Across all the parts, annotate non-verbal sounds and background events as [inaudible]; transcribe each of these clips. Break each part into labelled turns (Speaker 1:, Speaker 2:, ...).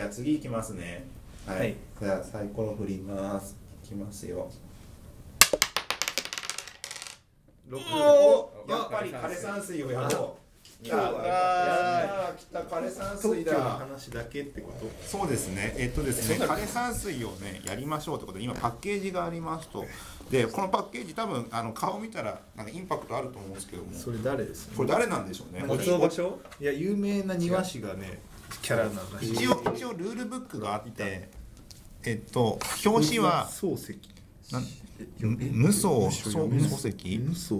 Speaker 1: じゃあ次行きますねはい、
Speaker 2: はい
Speaker 1: じゃあサイコロ振りますいきますよ
Speaker 2: 六
Speaker 1: おーやっぱり枯山水をやろう
Speaker 2: 今日は
Speaker 1: あー来た枯山
Speaker 3: 特
Speaker 1: 水
Speaker 3: 許の
Speaker 1: だ
Speaker 3: 話だけってこと
Speaker 1: そうですね、えっとですね、
Speaker 2: そうだ
Speaker 1: 枯山水をね、やりましょうということで、今パッケージがありますと。で、このパッケージ、多分、あの顔見たら、あのインパクトあると思うんですけども。
Speaker 3: それ誰です
Speaker 1: これ誰なんでしょうね。
Speaker 2: ごちそう場所
Speaker 3: いや有名な庭師がねキャラなんだし
Speaker 1: 一応、一応ルールブックがあって。えっと、表紙は、
Speaker 3: 漱石
Speaker 1: なん、無双、そう漱石。
Speaker 3: 無双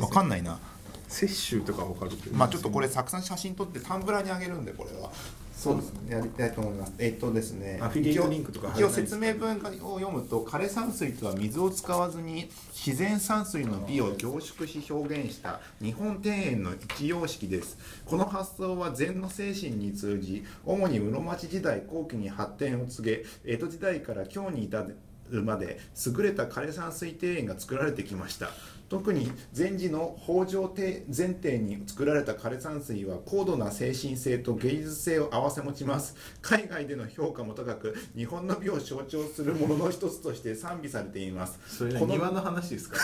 Speaker 1: わかんないな。
Speaker 3: 摂取とかわかるけど
Speaker 1: まあ、ちょっとこれ、たくさん写真撮って、タンブラーにあげるんで、これは。そうですね、やりたいと思います。えっとですね
Speaker 3: アフィリエイトリンクとか
Speaker 1: 一
Speaker 3: 入
Speaker 1: 応
Speaker 3: らないんです
Speaker 1: 説
Speaker 3: か
Speaker 1: 明文を読むと枯山水とは水を使わずに自然山水の美を凝縮し表現した日本庭園の一様式ですこの発想は禅の精神に通じ主に室町時代後期に発展を告げ江戸時代から今日に至るまで優れた枯山水庭園が作られてきました特に禅寺の北条庭前提に作られた枯山水は高度な精神性と芸術性を併せ持ちます海外での評価も高く日本の美を象徴するものの一つとして賛美されています
Speaker 3: それね
Speaker 1: この
Speaker 3: 庭の話ですか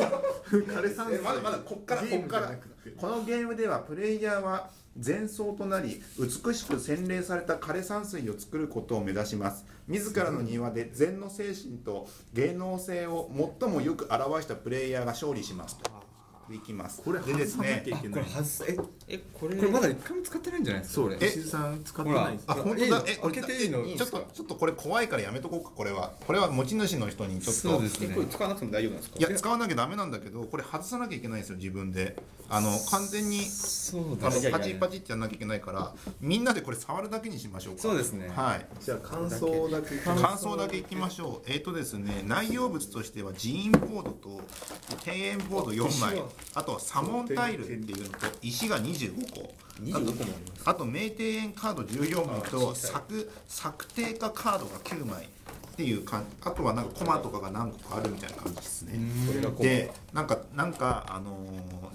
Speaker 3: 枯山
Speaker 1: え
Speaker 3: 水
Speaker 1: まだまだこっから
Speaker 3: ゲ
Speaker 1: こ
Speaker 3: ー
Speaker 1: っ
Speaker 3: ム
Speaker 1: か
Speaker 3: じゃ
Speaker 1: ら
Speaker 3: なくて
Speaker 1: このゲームではプレイヤーは前奏となり美しく洗練された枯山水を作ることを目指します自らの庭で禅の精神と芸能性を最もよく表したプレイヤーが勝利しますといきます
Speaker 3: これ
Speaker 1: で
Speaker 3: 外
Speaker 1: です
Speaker 3: さな
Speaker 1: ね
Speaker 3: きゃいけない
Speaker 4: 外すえ
Speaker 2: えこれ
Speaker 4: これまだ一回も使ってないんじゃないです
Speaker 3: そ
Speaker 4: かこ
Speaker 3: う
Speaker 4: れ
Speaker 3: 石井さん使ってないんです
Speaker 1: あ
Speaker 4: ほ
Speaker 3: か
Speaker 1: 本
Speaker 3: ら
Speaker 1: 当だ
Speaker 4: いい
Speaker 1: え
Speaker 4: 開けていいの
Speaker 1: え
Speaker 4: いいん
Speaker 1: ちょ
Speaker 4: で
Speaker 1: っ
Speaker 4: す
Speaker 1: と
Speaker 4: か
Speaker 1: ちょっとこれ怖いからやめとこうかこれはこれは持ち主の人にちょっと
Speaker 4: そうです
Speaker 2: え
Speaker 4: ね
Speaker 2: これ使わなくても大丈夫なんですか
Speaker 1: いや使わなきゃダメなんだけどこれ外さなきゃいけないんですよ自分であの完全に
Speaker 4: そう
Speaker 1: あ
Speaker 4: だ
Speaker 1: の
Speaker 4: ね
Speaker 1: パチパチってやんなきゃいけないからみんなでこれ触るだけにしましょうか
Speaker 4: そうですね
Speaker 1: はい
Speaker 3: じゃあ感想だけ
Speaker 1: 感想だけいきましょうえっ、とですね内容物としては寺院ボードと庭園ボード4枚あとはサモンタイルっていうのと石が25個
Speaker 2: 25個もあります
Speaker 1: あと名庭園カード14枚と作作定家カードが9枚っていう感じあとはなんかコマとかが何個かあるみたいな感じですね
Speaker 2: これがこ
Speaker 1: で
Speaker 2: う
Speaker 1: なんかなんかあの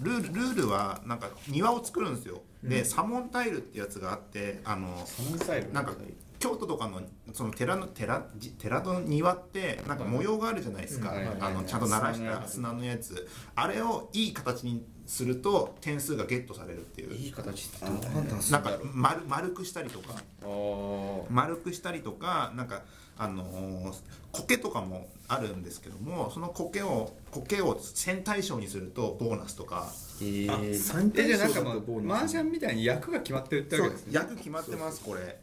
Speaker 1: ールールルールはなんか庭を作るんですよでサモンタイルってやつがあってあのー
Speaker 2: ミサイル
Speaker 1: なんか京都とかのその寺の寺じ寺の庭ってなんか模様があるじゃないですか、
Speaker 4: うんはいはい
Speaker 1: あ
Speaker 4: は
Speaker 1: の
Speaker 4: い
Speaker 1: ちゃんと鳴らし
Speaker 2: 砂のや
Speaker 1: た
Speaker 2: つ
Speaker 1: 砂のやつあれをいい形にすると点数がゲットされるっていう
Speaker 2: いい形って
Speaker 4: どう判断す
Speaker 1: な
Speaker 4: る
Speaker 1: ん
Speaker 4: んだ
Speaker 1: か
Speaker 4: ろう
Speaker 1: 丸丸くしたりとか
Speaker 2: あー
Speaker 1: 丸くしたりとかなんかあのー苔とかもあるんですけどもその苔を苔を線対称にするとボーナスとか
Speaker 2: えー
Speaker 3: あ三
Speaker 4: えじゃあなん
Speaker 3: 点賞
Speaker 4: かまあ
Speaker 3: だとボー
Speaker 4: マ
Speaker 3: ナ
Speaker 4: ー
Speaker 3: ス
Speaker 4: ジャンみたいに役が決まってるってわけですね
Speaker 1: そう役決まってますこれ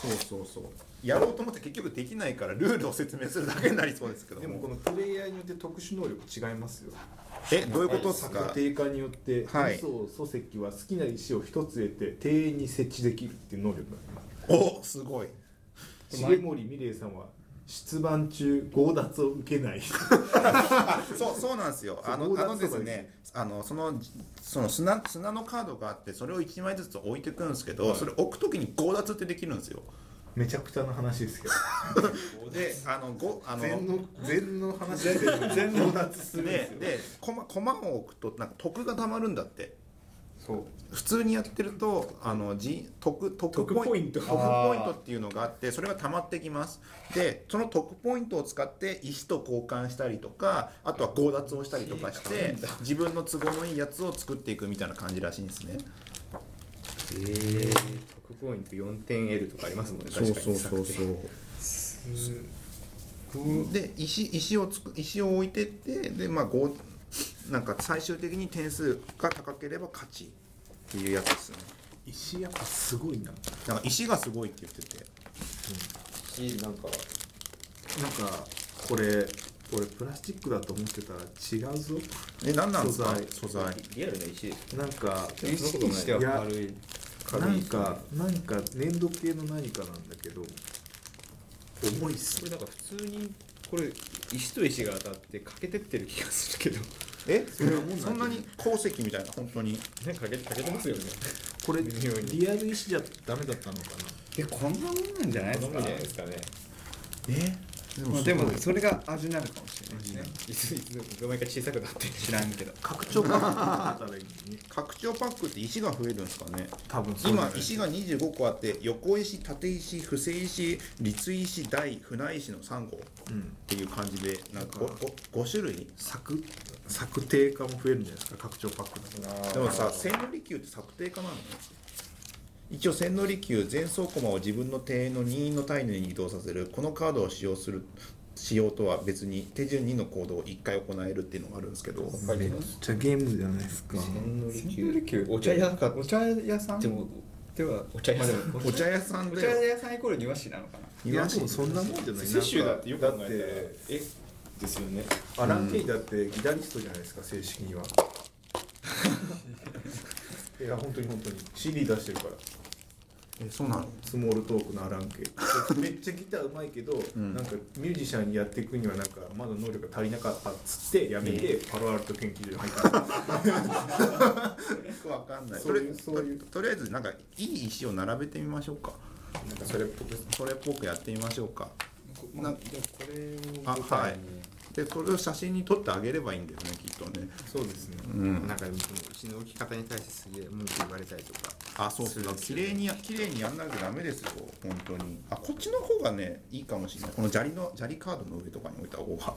Speaker 1: そうそうそうやろうと思って結局できないからルールを説明するだけになりそうですけど
Speaker 3: でもこのプレイヤーによって特殊能力違いますよ
Speaker 1: えどういうことですか
Speaker 3: 定価によって武
Speaker 1: はい
Speaker 3: 装礎石は好きな石を一つ得て庭園に設置できるっていう能力があります
Speaker 1: おすごい
Speaker 3: 重森美玲さんは出番中強奪を受けない
Speaker 1: そうそうなんですよあの
Speaker 3: そう
Speaker 1: あので
Speaker 3: そ
Speaker 1: す
Speaker 3: うなん
Speaker 1: ねあのそのその砂砂のカードがあってそれを1枚ずつ置いていくんですけど、それ置くときに強奪ってできるんですよ
Speaker 3: [laughs] めちゃくちゃな話ですけど
Speaker 1: であのごあの
Speaker 3: 禅の禅の話で全強奪するんで
Speaker 1: です
Speaker 3: よ
Speaker 1: で駒駒を置くとなんか得がたまるんだって
Speaker 3: そう
Speaker 1: 普通にやってるとあのじ得得
Speaker 3: 得ポイント
Speaker 1: 得ポイントっていうのがあってそれが溜まってきますでその得ポイントを使って石と交換したりとかあとは強奪をしたりとかして自分の都合のいいやつを作っていくみたいな感じらしいんですね
Speaker 2: えー特ポイント4点 L とかありますもんね確かに
Speaker 1: う
Speaker 4: すごい
Speaker 1: で石石をつく石を置いてってでまあごなんか最終的に点数が高ければ勝ちっていうやつですね
Speaker 3: 石やっぱすごいな
Speaker 1: なんか石がすごいって言ってて
Speaker 2: しなんか
Speaker 3: なんかこれ俺プラスチックだと思ってたら違うぞ
Speaker 1: え何なんですか素
Speaker 3: 素
Speaker 1: 材
Speaker 2: リアルな石です
Speaker 3: なんか
Speaker 4: 意識にしては軽い
Speaker 3: なんかなんか粘土系の何かなんだけど重いっす
Speaker 2: これなんか普通にこれ石と石が当たって欠けてってる気がするけど
Speaker 1: え
Speaker 3: もんなんで
Speaker 1: そんなに鉱石みたいな本当に
Speaker 2: ね欠け欠けてますよ [laughs] ね
Speaker 3: これ
Speaker 2: 微妙に
Speaker 3: リアル石じゃダメだったのかな
Speaker 4: えこんなもんなんじゃない
Speaker 2: こんな
Speaker 4: です
Speaker 2: も
Speaker 4: か
Speaker 2: んじゃないですかね
Speaker 1: え
Speaker 4: まあ、でも
Speaker 1: すごい
Speaker 4: それが味なのかもしれないですね
Speaker 2: いついつの間にか小さくなってる
Speaker 4: 知らんけど
Speaker 1: 拡張パック
Speaker 3: たらいいね
Speaker 1: 拡張パックって石が増えるんですかね
Speaker 3: 多分そう
Speaker 1: 今石が25個あって横石縦石伏せ石立石大船石の3個っ
Speaker 3: うん
Speaker 1: ていう感じでなんか 5, 種類
Speaker 3: 策策定化も増えるんじゃないですか拡張パックだと
Speaker 1: でもさ千利休って策定家なのね一応千利休前走駒を自分の庭園の任意の体内に移動させるこのカードを使用する使用とは別に手順2の行動を1回行えるっていうのがあるんですけど
Speaker 2: わかります
Speaker 3: じゃあゲームじゃないですか
Speaker 2: 千利
Speaker 4: 千利
Speaker 2: 休
Speaker 4: 休
Speaker 2: お茶屋か
Speaker 4: お茶屋さん
Speaker 2: でも
Speaker 4: では
Speaker 2: お茶屋さん
Speaker 4: まあでも
Speaker 1: お茶屋さん
Speaker 4: お茶
Speaker 1: で
Speaker 4: 屋さんイコール庭師なのかない
Speaker 3: やでもそんなもんじゃない
Speaker 2: 摂取だってよく考
Speaker 3: だって
Speaker 2: えたらえですよね
Speaker 3: アラン・ケイだってギタリストじゃないですか正式にはいや本当に本当に CD 出してるから
Speaker 1: えそうなの
Speaker 3: スモールトークのアラン・ケイめっちゃギターうまいけど、
Speaker 1: ん
Speaker 3: なんかミュージシャンにやっていくにはなんかまだ能力が足りなかったっつってやめて、パロアルト研究所に入った
Speaker 1: よくわかんない
Speaker 3: そういう
Speaker 1: と
Speaker 3: そういう
Speaker 1: ととりあえずなんかいい石を並べてみましょうか
Speaker 3: なんかそれっぽく
Speaker 1: それっぽくやってみましょうか
Speaker 4: こ
Speaker 1: な
Speaker 4: まあじゃあこれを
Speaker 1: あ
Speaker 4: 舞台
Speaker 1: はい
Speaker 4: に
Speaker 1: でそれを写真に撮ってあげればいいんだよねきっとね
Speaker 3: そうですね
Speaker 1: うん
Speaker 2: なんか石の置き方に対してすげえ文句言われたりとか
Speaker 1: あそうそう綺麗にや綺麗にやんなきゃダメですよ本当にあこっちの方がねいいかもしれないこの砂利の砂利カードの上とかに置いた方が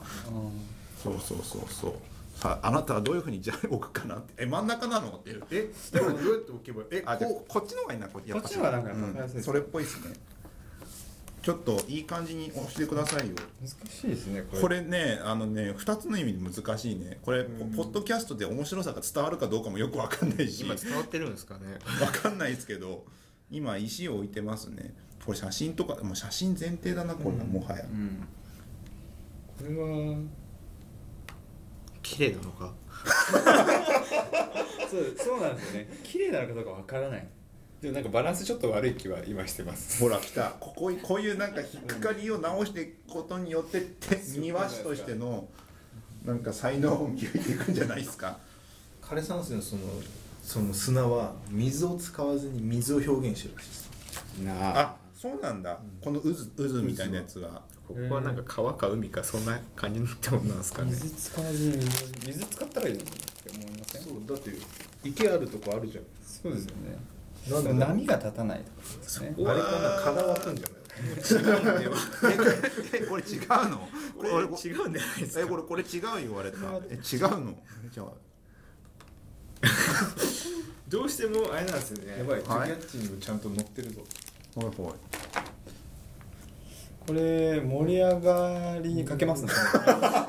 Speaker 1: そうそうそうそうさああなたはどういうふうに砂利を置くかなってえ真ん中なのっていう
Speaker 3: えでもどうやって置けばえ
Speaker 1: あじゃあ
Speaker 3: こ
Speaker 1: こっちの方がいいなこやぱ
Speaker 4: こっちの方がなんか分かりやすいです
Speaker 1: それっぽいですねちょっといい感じに押してくださいよ
Speaker 4: 難しいですねこれ
Speaker 1: これねあのね2つの意味で難しいねこれポ
Speaker 3: うん
Speaker 1: ポッドキャストで面白さが伝わるかどうかもよくわかんないし
Speaker 2: 今伝わってるんですかね
Speaker 1: わかんないですけど今石を置いてますねこれ写真とかもう写真前提だなこれはもはや、
Speaker 4: うんこれは
Speaker 2: 綺麗なのか
Speaker 4: [laughs] そうそうなんですよね綺麗なのかどうかわからない
Speaker 2: でもなんかバランスちょっと悪い気は今してます
Speaker 1: ほら来たこここういうなんか引っかかりを直していくことによってて庭師としてのなんか才能を磨いていくんじゃないですか
Speaker 3: 枯山水のそのその砂は水を使わずに水を表現してるらしいです
Speaker 4: な
Speaker 1: あそうなんだ、この渦渦みたいなやつが
Speaker 2: ここはなんか川か海かそんな感じになってもんなんですかね
Speaker 4: 水使わずに水水使ったらいいのにって思いません
Speaker 3: そうだって池あるとこあるじゃん
Speaker 4: そうですよね
Speaker 3: なんで
Speaker 4: 波が立たないとかですね
Speaker 1: う
Speaker 3: あれかなかなわくんじゃない
Speaker 1: えこれ違うのこれこれ
Speaker 2: 違うんじゃないです
Speaker 1: えこれこれ違う言われたえ違うのじゃあ
Speaker 2: どうしてもあれなんですよね
Speaker 3: やばい、ト
Speaker 1: はい
Speaker 3: ゥギャッチングちゃんと乗ってるぞ。
Speaker 1: ほいほい
Speaker 4: これ盛り上がりにかけますね
Speaker 2: や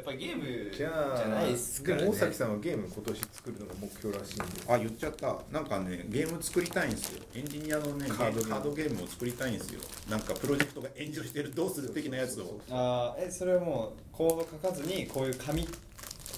Speaker 2: っぱゲーム
Speaker 3: じゃあ、
Speaker 2: じゃないっすからね
Speaker 3: でも大崎さんはゲーム今年作るのが目標らしいんで。
Speaker 1: あ言っちゃったなんかねゲーム作りたいんですよエンジニアのねゲー
Speaker 3: カードゲーム
Speaker 1: カードゲームを作りたいんですよなんかプロジェクトが炎上してるどうする的なやつを
Speaker 4: あーえそれはもうコード書かずにこういう紙と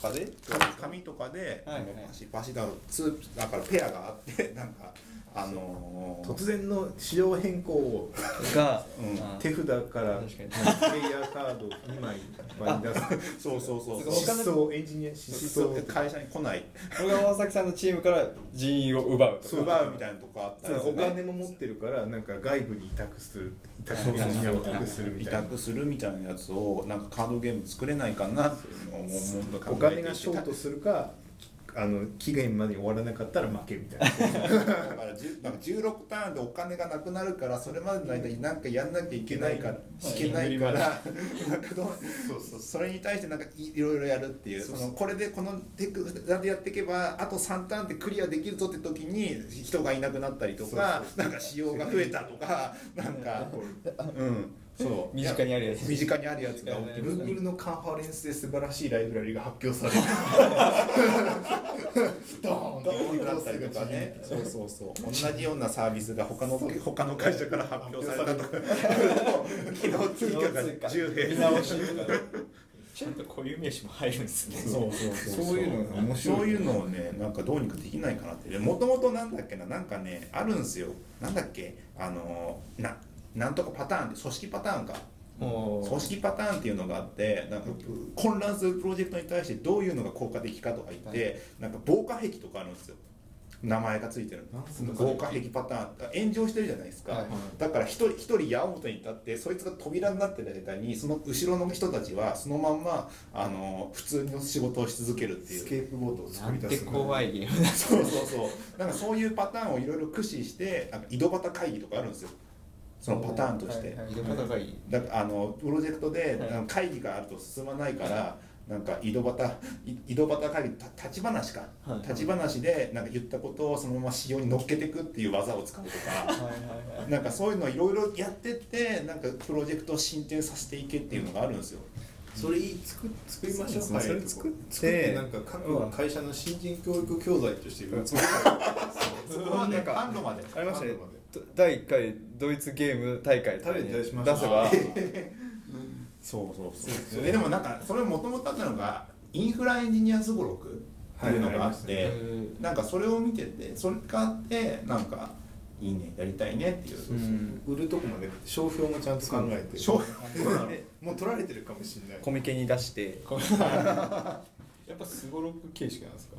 Speaker 4: かで
Speaker 1: 紙紙とかで、
Speaker 4: はいはい
Speaker 1: あのパシパシだろツーだからペアがあってなんかあのー、
Speaker 3: 突然の仕様変更を
Speaker 4: が、
Speaker 1: うん
Speaker 4: あー
Speaker 3: 手札から
Speaker 4: 確かに
Speaker 3: プレイヤーカード2枚場に出す。
Speaker 1: [laughs] そうそうそう
Speaker 4: そう
Speaker 1: そう
Speaker 4: 他の
Speaker 3: 失踪、エンジニア失
Speaker 1: そう
Speaker 3: 踪。
Speaker 1: 会社に来ない
Speaker 4: 僕は大崎さんのチームから人員を奪うとか
Speaker 1: 奪うみたいなとこあったり
Speaker 3: お金も持ってるから、なんか外部に委託する。委託、エンジニアを委託するみ
Speaker 1: 委
Speaker 3: たいな。
Speaker 1: 託するみたいなやつをなんかカードゲーム作れないかなっていうのをもうもっと
Speaker 3: お
Speaker 1: 考えてい
Speaker 3: 金
Speaker 1: て
Speaker 3: がショートするか、あの期限までに終わらなかったら負けみたいな。
Speaker 1: だから10なんか16ターンでお金がなくなるからそれまでの間に何かやんなきゃいけないから
Speaker 4: うん
Speaker 1: いけないからなんかどうそうそうそれに対してなんかいいろいろやるっていうそのこれでこのテクでやっていけばあと3ターンってクリアできるぞって時に人がいなくなったりとかなんか仕様が増えたとかなんかうんそう
Speaker 4: 身近にあるやつ
Speaker 1: いや身近にあるやつが起きる
Speaker 3: Google のカンファレンスで素晴らしいライブラリが発表される。
Speaker 1: ドーンってなったりとかねそうそうそう同じようなサービスが他の他の会社から発表されたとか機能追加が10
Speaker 4: [laughs] 見
Speaker 1: 変
Speaker 4: 直しとか
Speaker 2: ちょっと固有名詞も入るんですね
Speaker 1: そうそう
Speaker 4: そうそういうのが面白い
Speaker 1: そういうのをねなんかどうにかできないかなってもともとなんだっけななんかねあるんですよなんだっけあのーななんとかパターンって組織パターンか組織パターンっていうのがあってなんか混乱するプロジェクトに対してどういうのが効果的かとか言ってなんか防火壁とかあるんですよ名前がついてるの豪華壁パターンあ炎上してるじゃないですか、
Speaker 4: はい
Speaker 1: だから一人一人矢面に立ってそいつが扉になってる間にその後ろの人たちはそのまんまあの普通の仕事をし続けるっていう
Speaker 3: スケープボードを作
Speaker 2: なん
Speaker 3: り
Speaker 2: て
Speaker 3: 出す
Speaker 2: 怖いゲームだ
Speaker 1: [laughs] そうそうそうなんかそういうパターンをいろいろ駆使してあの井戸端会議とかあるんですよそのパターンとして、
Speaker 4: はいはい
Speaker 2: 井戸端会議
Speaker 1: だあのプロジェクトで、
Speaker 2: はい
Speaker 1: あの会議があると進まないからなんか井戸端い井戸端会議た立ち話か、
Speaker 4: はい
Speaker 1: 立ち話でなんか言ったことをそのまま仕様に乗っけていくっていう技を使うと
Speaker 4: [laughs]
Speaker 1: か
Speaker 4: はいはいはい
Speaker 1: なんかそういうのをいろいろやってってなんかプロジェクトを進展させていけっていうのがあるんですよ、
Speaker 3: それいい作作りましょう
Speaker 2: そうですね
Speaker 3: 早いとこ
Speaker 2: それ作って
Speaker 3: 作ってなんか各会社の新人教育教材として売るつもり
Speaker 1: そこはね販路まで
Speaker 4: ありましたね
Speaker 3: あとまで
Speaker 4: と第1回ドイツゲーム大会とかね
Speaker 3: 食べて出しました
Speaker 4: 出せば
Speaker 1: そうそうそうででもなんかそれもともとあったのがインフラエンジニアすごろくっていうのがあって、
Speaker 3: はい
Speaker 1: なんかそれを見ててそれがあってなんかいいねやりたいねっていう、
Speaker 4: うん
Speaker 3: 売るとこまで商標もちゃんと考えて
Speaker 1: 商
Speaker 3: で [laughs] もう取られてるかもしれない
Speaker 4: コミケに出して
Speaker 2: やっぱすごろく形式なんですか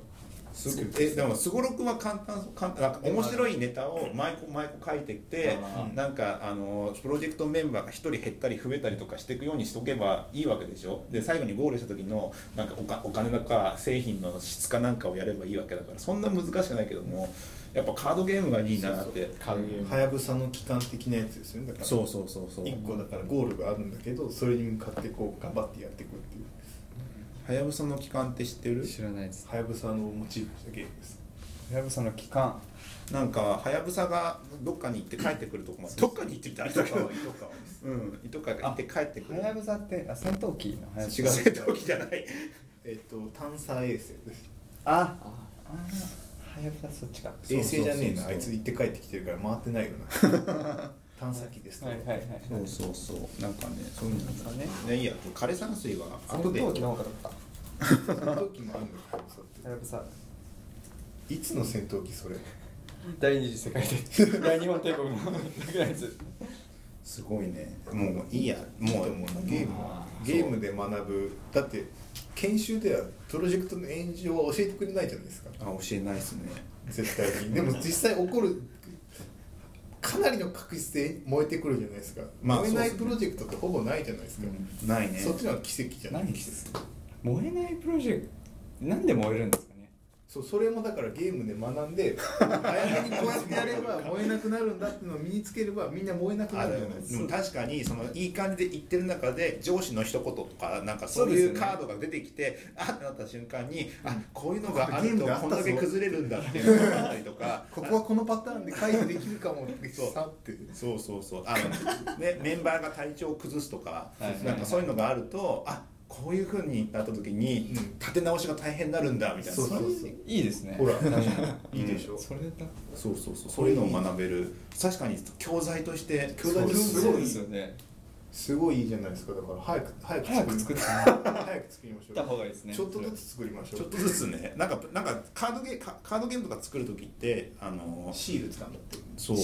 Speaker 1: すえでもすごろくは簡単そう簡単なんか面白いネタを毎個毎個書いてって
Speaker 2: あー
Speaker 1: なんかあのプロジェクトメンバーが1人減ったり増えたりとかしていくようにしとけばいいわけでしょで最後にゴールした時のなんかおかお金だか製品の質かなんかをやればいいわけだからそんな難しくないけどもやっぱカードゲームがいいなって
Speaker 2: カードゲーム
Speaker 3: はやぶさの期間的なやつですよねだから
Speaker 1: そうそうそうそう
Speaker 3: 1個だからゴールがあるんだけどそれに向かってこう頑張ってやっていくっていう
Speaker 1: はやぶさの期間って知ってる
Speaker 4: 知らないです
Speaker 3: はやぶさのモチーフにしたゲームです
Speaker 4: はやぶさの期間
Speaker 1: なんかはやぶさがどっかに行って帰ってくるとこまでどっかに行ってみたいなうん糸川が行って帰ってく
Speaker 4: は
Speaker 1: る
Speaker 4: やぶさってあ戦闘機のはやぶさ
Speaker 1: 違う戦闘機じゃない
Speaker 3: えっと探査衛星です
Speaker 4: ああーはやぶさそっちか
Speaker 3: 衛星じゃねえ
Speaker 1: そうそうそうそう
Speaker 3: なあいつ行って帰ってきてるから回ってないよな [laughs] 探査機です
Speaker 4: はいはいはい
Speaker 1: そうそうそうなんかねそういうの
Speaker 4: そうね
Speaker 1: ねいいや枯山水は
Speaker 4: 戦
Speaker 1: 後で
Speaker 4: 闘機の方がだった
Speaker 3: 戦闘機もあるんだけどさ
Speaker 4: はやぶさ
Speaker 3: っていつの戦闘機それ
Speaker 4: 第二次世界大大日本帝国のぐらいです
Speaker 1: すごいねもういいや
Speaker 3: も
Speaker 1: も
Speaker 3: う
Speaker 1: う
Speaker 3: もうゲーム
Speaker 4: あ
Speaker 3: ゲームで学ぶだって研修ではプロジェクトの炎上は教えてくれないじゃないですか
Speaker 1: あ教えないですね
Speaker 3: 絶対にでも実際起こるかなりの確率で燃えてくるじゃないですか、
Speaker 1: まあ
Speaker 3: 燃えない
Speaker 1: そうです
Speaker 3: プ
Speaker 1: ね
Speaker 3: ロジェクトってほぼないじゃないですか、
Speaker 1: ないね
Speaker 3: そっちのは奇跡じゃない
Speaker 4: 何季節燃えないプロジェクトなんで燃えるんですかね
Speaker 3: そうそれもだからゲームで学んで早 [laughs] めにこうやってやれば燃えなくなるんだっていうのを身につければみんな燃えなくな
Speaker 1: あ
Speaker 3: る
Speaker 1: で
Speaker 3: じゃ
Speaker 1: も
Speaker 3: ないです
Speaker 1: で
Speaker 3: か
Speaker 1: も確かにそのいい感じで言ってる中で上司の一言とかなんかそうい
Speaker 4: そう
Speaker 1: う
Speaker 4: ですね
Speaker 1: カードが出てきて、あってなった瞬間にあこういうのがあ
Speaker 3: ゲー
Speaker 1: る
Speaker 3: ム
Speaker 1: と
Speaker 3: であっ
Speaker 1: こ
Speaker 3: た
Speaker 1: ん
Speaker 3: ぞ
Speaker 1: だけ崩れるんだっていうのがあったりとか
Speaker 3: ここはこのパターンで回避できるかもって
Speaker 1: そう
Speaker 3: さって
Speaker 1: そうそうそうあの、ね、 [laughs] メンバーが体調を崩すとか
Speaker 4: はいはい
Speaker 1: なんかそういうのがあるとあこういうふうになった時に
Speaker 3: うん
Speaker 1: 立て直しが大変になるんだみたいな
Speaker 3: そうそうそう
Speaker 4: いいですね
Speaker 3: ほら
Speaker 1: ん
Speaker 3: いいでしょ、
Speaker 4: それだ
Speaker 1: そうそうそうそういうのを学べる確かに教材として
Speaker 3: 教材として
Speaker 4: すごいですよね
Speaker 3: すごいいいじゃないですかだから早く早く
Speaker 4: 早く作
Speaker 3: り
Speaker 4: っ
Speaker 3: 早く作りましょう
Speaker 4: た方がいいですね
Speaker 3: ちょっとずつ作りましょう
Speaker 1: ちょっとずつねなんかなんかカードゲーカカードゲームとか作る時ってあの
Speaker 3: シール使うんだって
Speaker 1: そう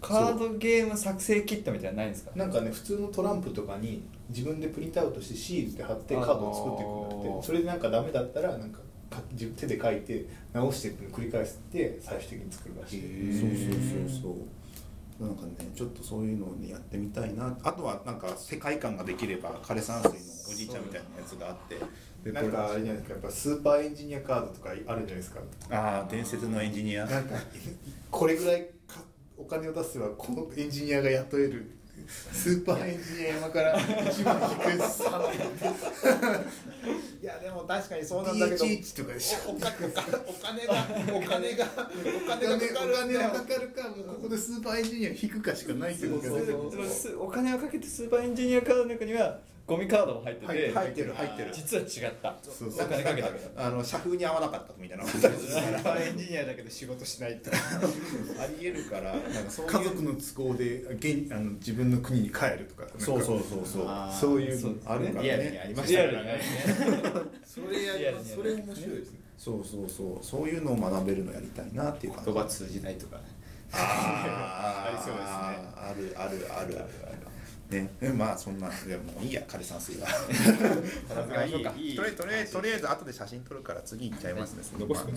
Speaker 4: カードゲーム作成キットみたいなのないんですか
Speaker 3: なんかね普通のトランプとかに自分でプリントアウトしてシールって貼ってカードを作っていくんだ
Speaker 4: あ
Speaker 3: っ
Speaker 4: ー
Speaker 3: てそれでなんかダメだったらなんかか自分手で書いて直してって繰り返して最終的に作るらしい
Speaker 1: そうそうそうそうなんかねちょっとそういうのをねやってみたいなあとはなんか世界観ができれば枯山水のおじいちゃんみたいなやつがあってで
Speaker 3: なんかあ
Speaker 1: こ
Speaker 3: れじゃないですかやっぱスーパーエンジニアカードとかあるじゃないですか
Speaker 1: れああ伝説のエンジニア
Speaker 3: なんかこれぐらいかお金を出せばこのエンジニアが雇えるスーパーエンジニア今から一番低い3
Speaker 1: いやでも確かにそ
Speaker 3: DHH とかでしょ
Speaker 1: お金がお金がお
Speaker 3: お金がかかるかもうここでスーパーエンジニア引くかしかないってことです
Speaker 4: で
Speaker 3: ね
Speaker 4: もすお金をかけてスーパーエンジニアカードの中にはゴミカードも入ってて、
Speaker 1: 入入ってる入ってる
Speaker 4: 実は違った
Speaker 3: そう
Speaker 4: お金かけたけど
Speaker 1: あの社風に合わなかったみたいな
Speaker 4: スーパーエンジニアだけど仕事しないとか
Speaker 1: ありえるからなんかそういう
Speaker 3: 家族の都合で現あの自分の国に帰るとかなんか
Speaker 1: そうそうそうそう
Speaker 3: そういう
Speaker 4: そう
Speaker 3: あるから
Speaker 1: リアル
Speaker 3: ね
Speaker 1: に
Speaker 4: ありましたからね
Speaker 3: それ
Speaker 4: やりますそれ面白
Speaker 3: いですね
Speaker 1: そうそうそうそういうのを学べるのやりたいなっていう感じ
Speaker 2: 言葉通じないとか
Speaker 1: あー
Speaker 3: ありそう
Speaker 1: あるあるあるあるあるねえまあそんなでもういいや枯山水は
Speaker 2: 片付けましょうか
Speaker 1: とりあえずとりあえずとりあえず後で写真撮るから次行っちゃいますね、
Speaker 2: 残してください
Speaker 1: はい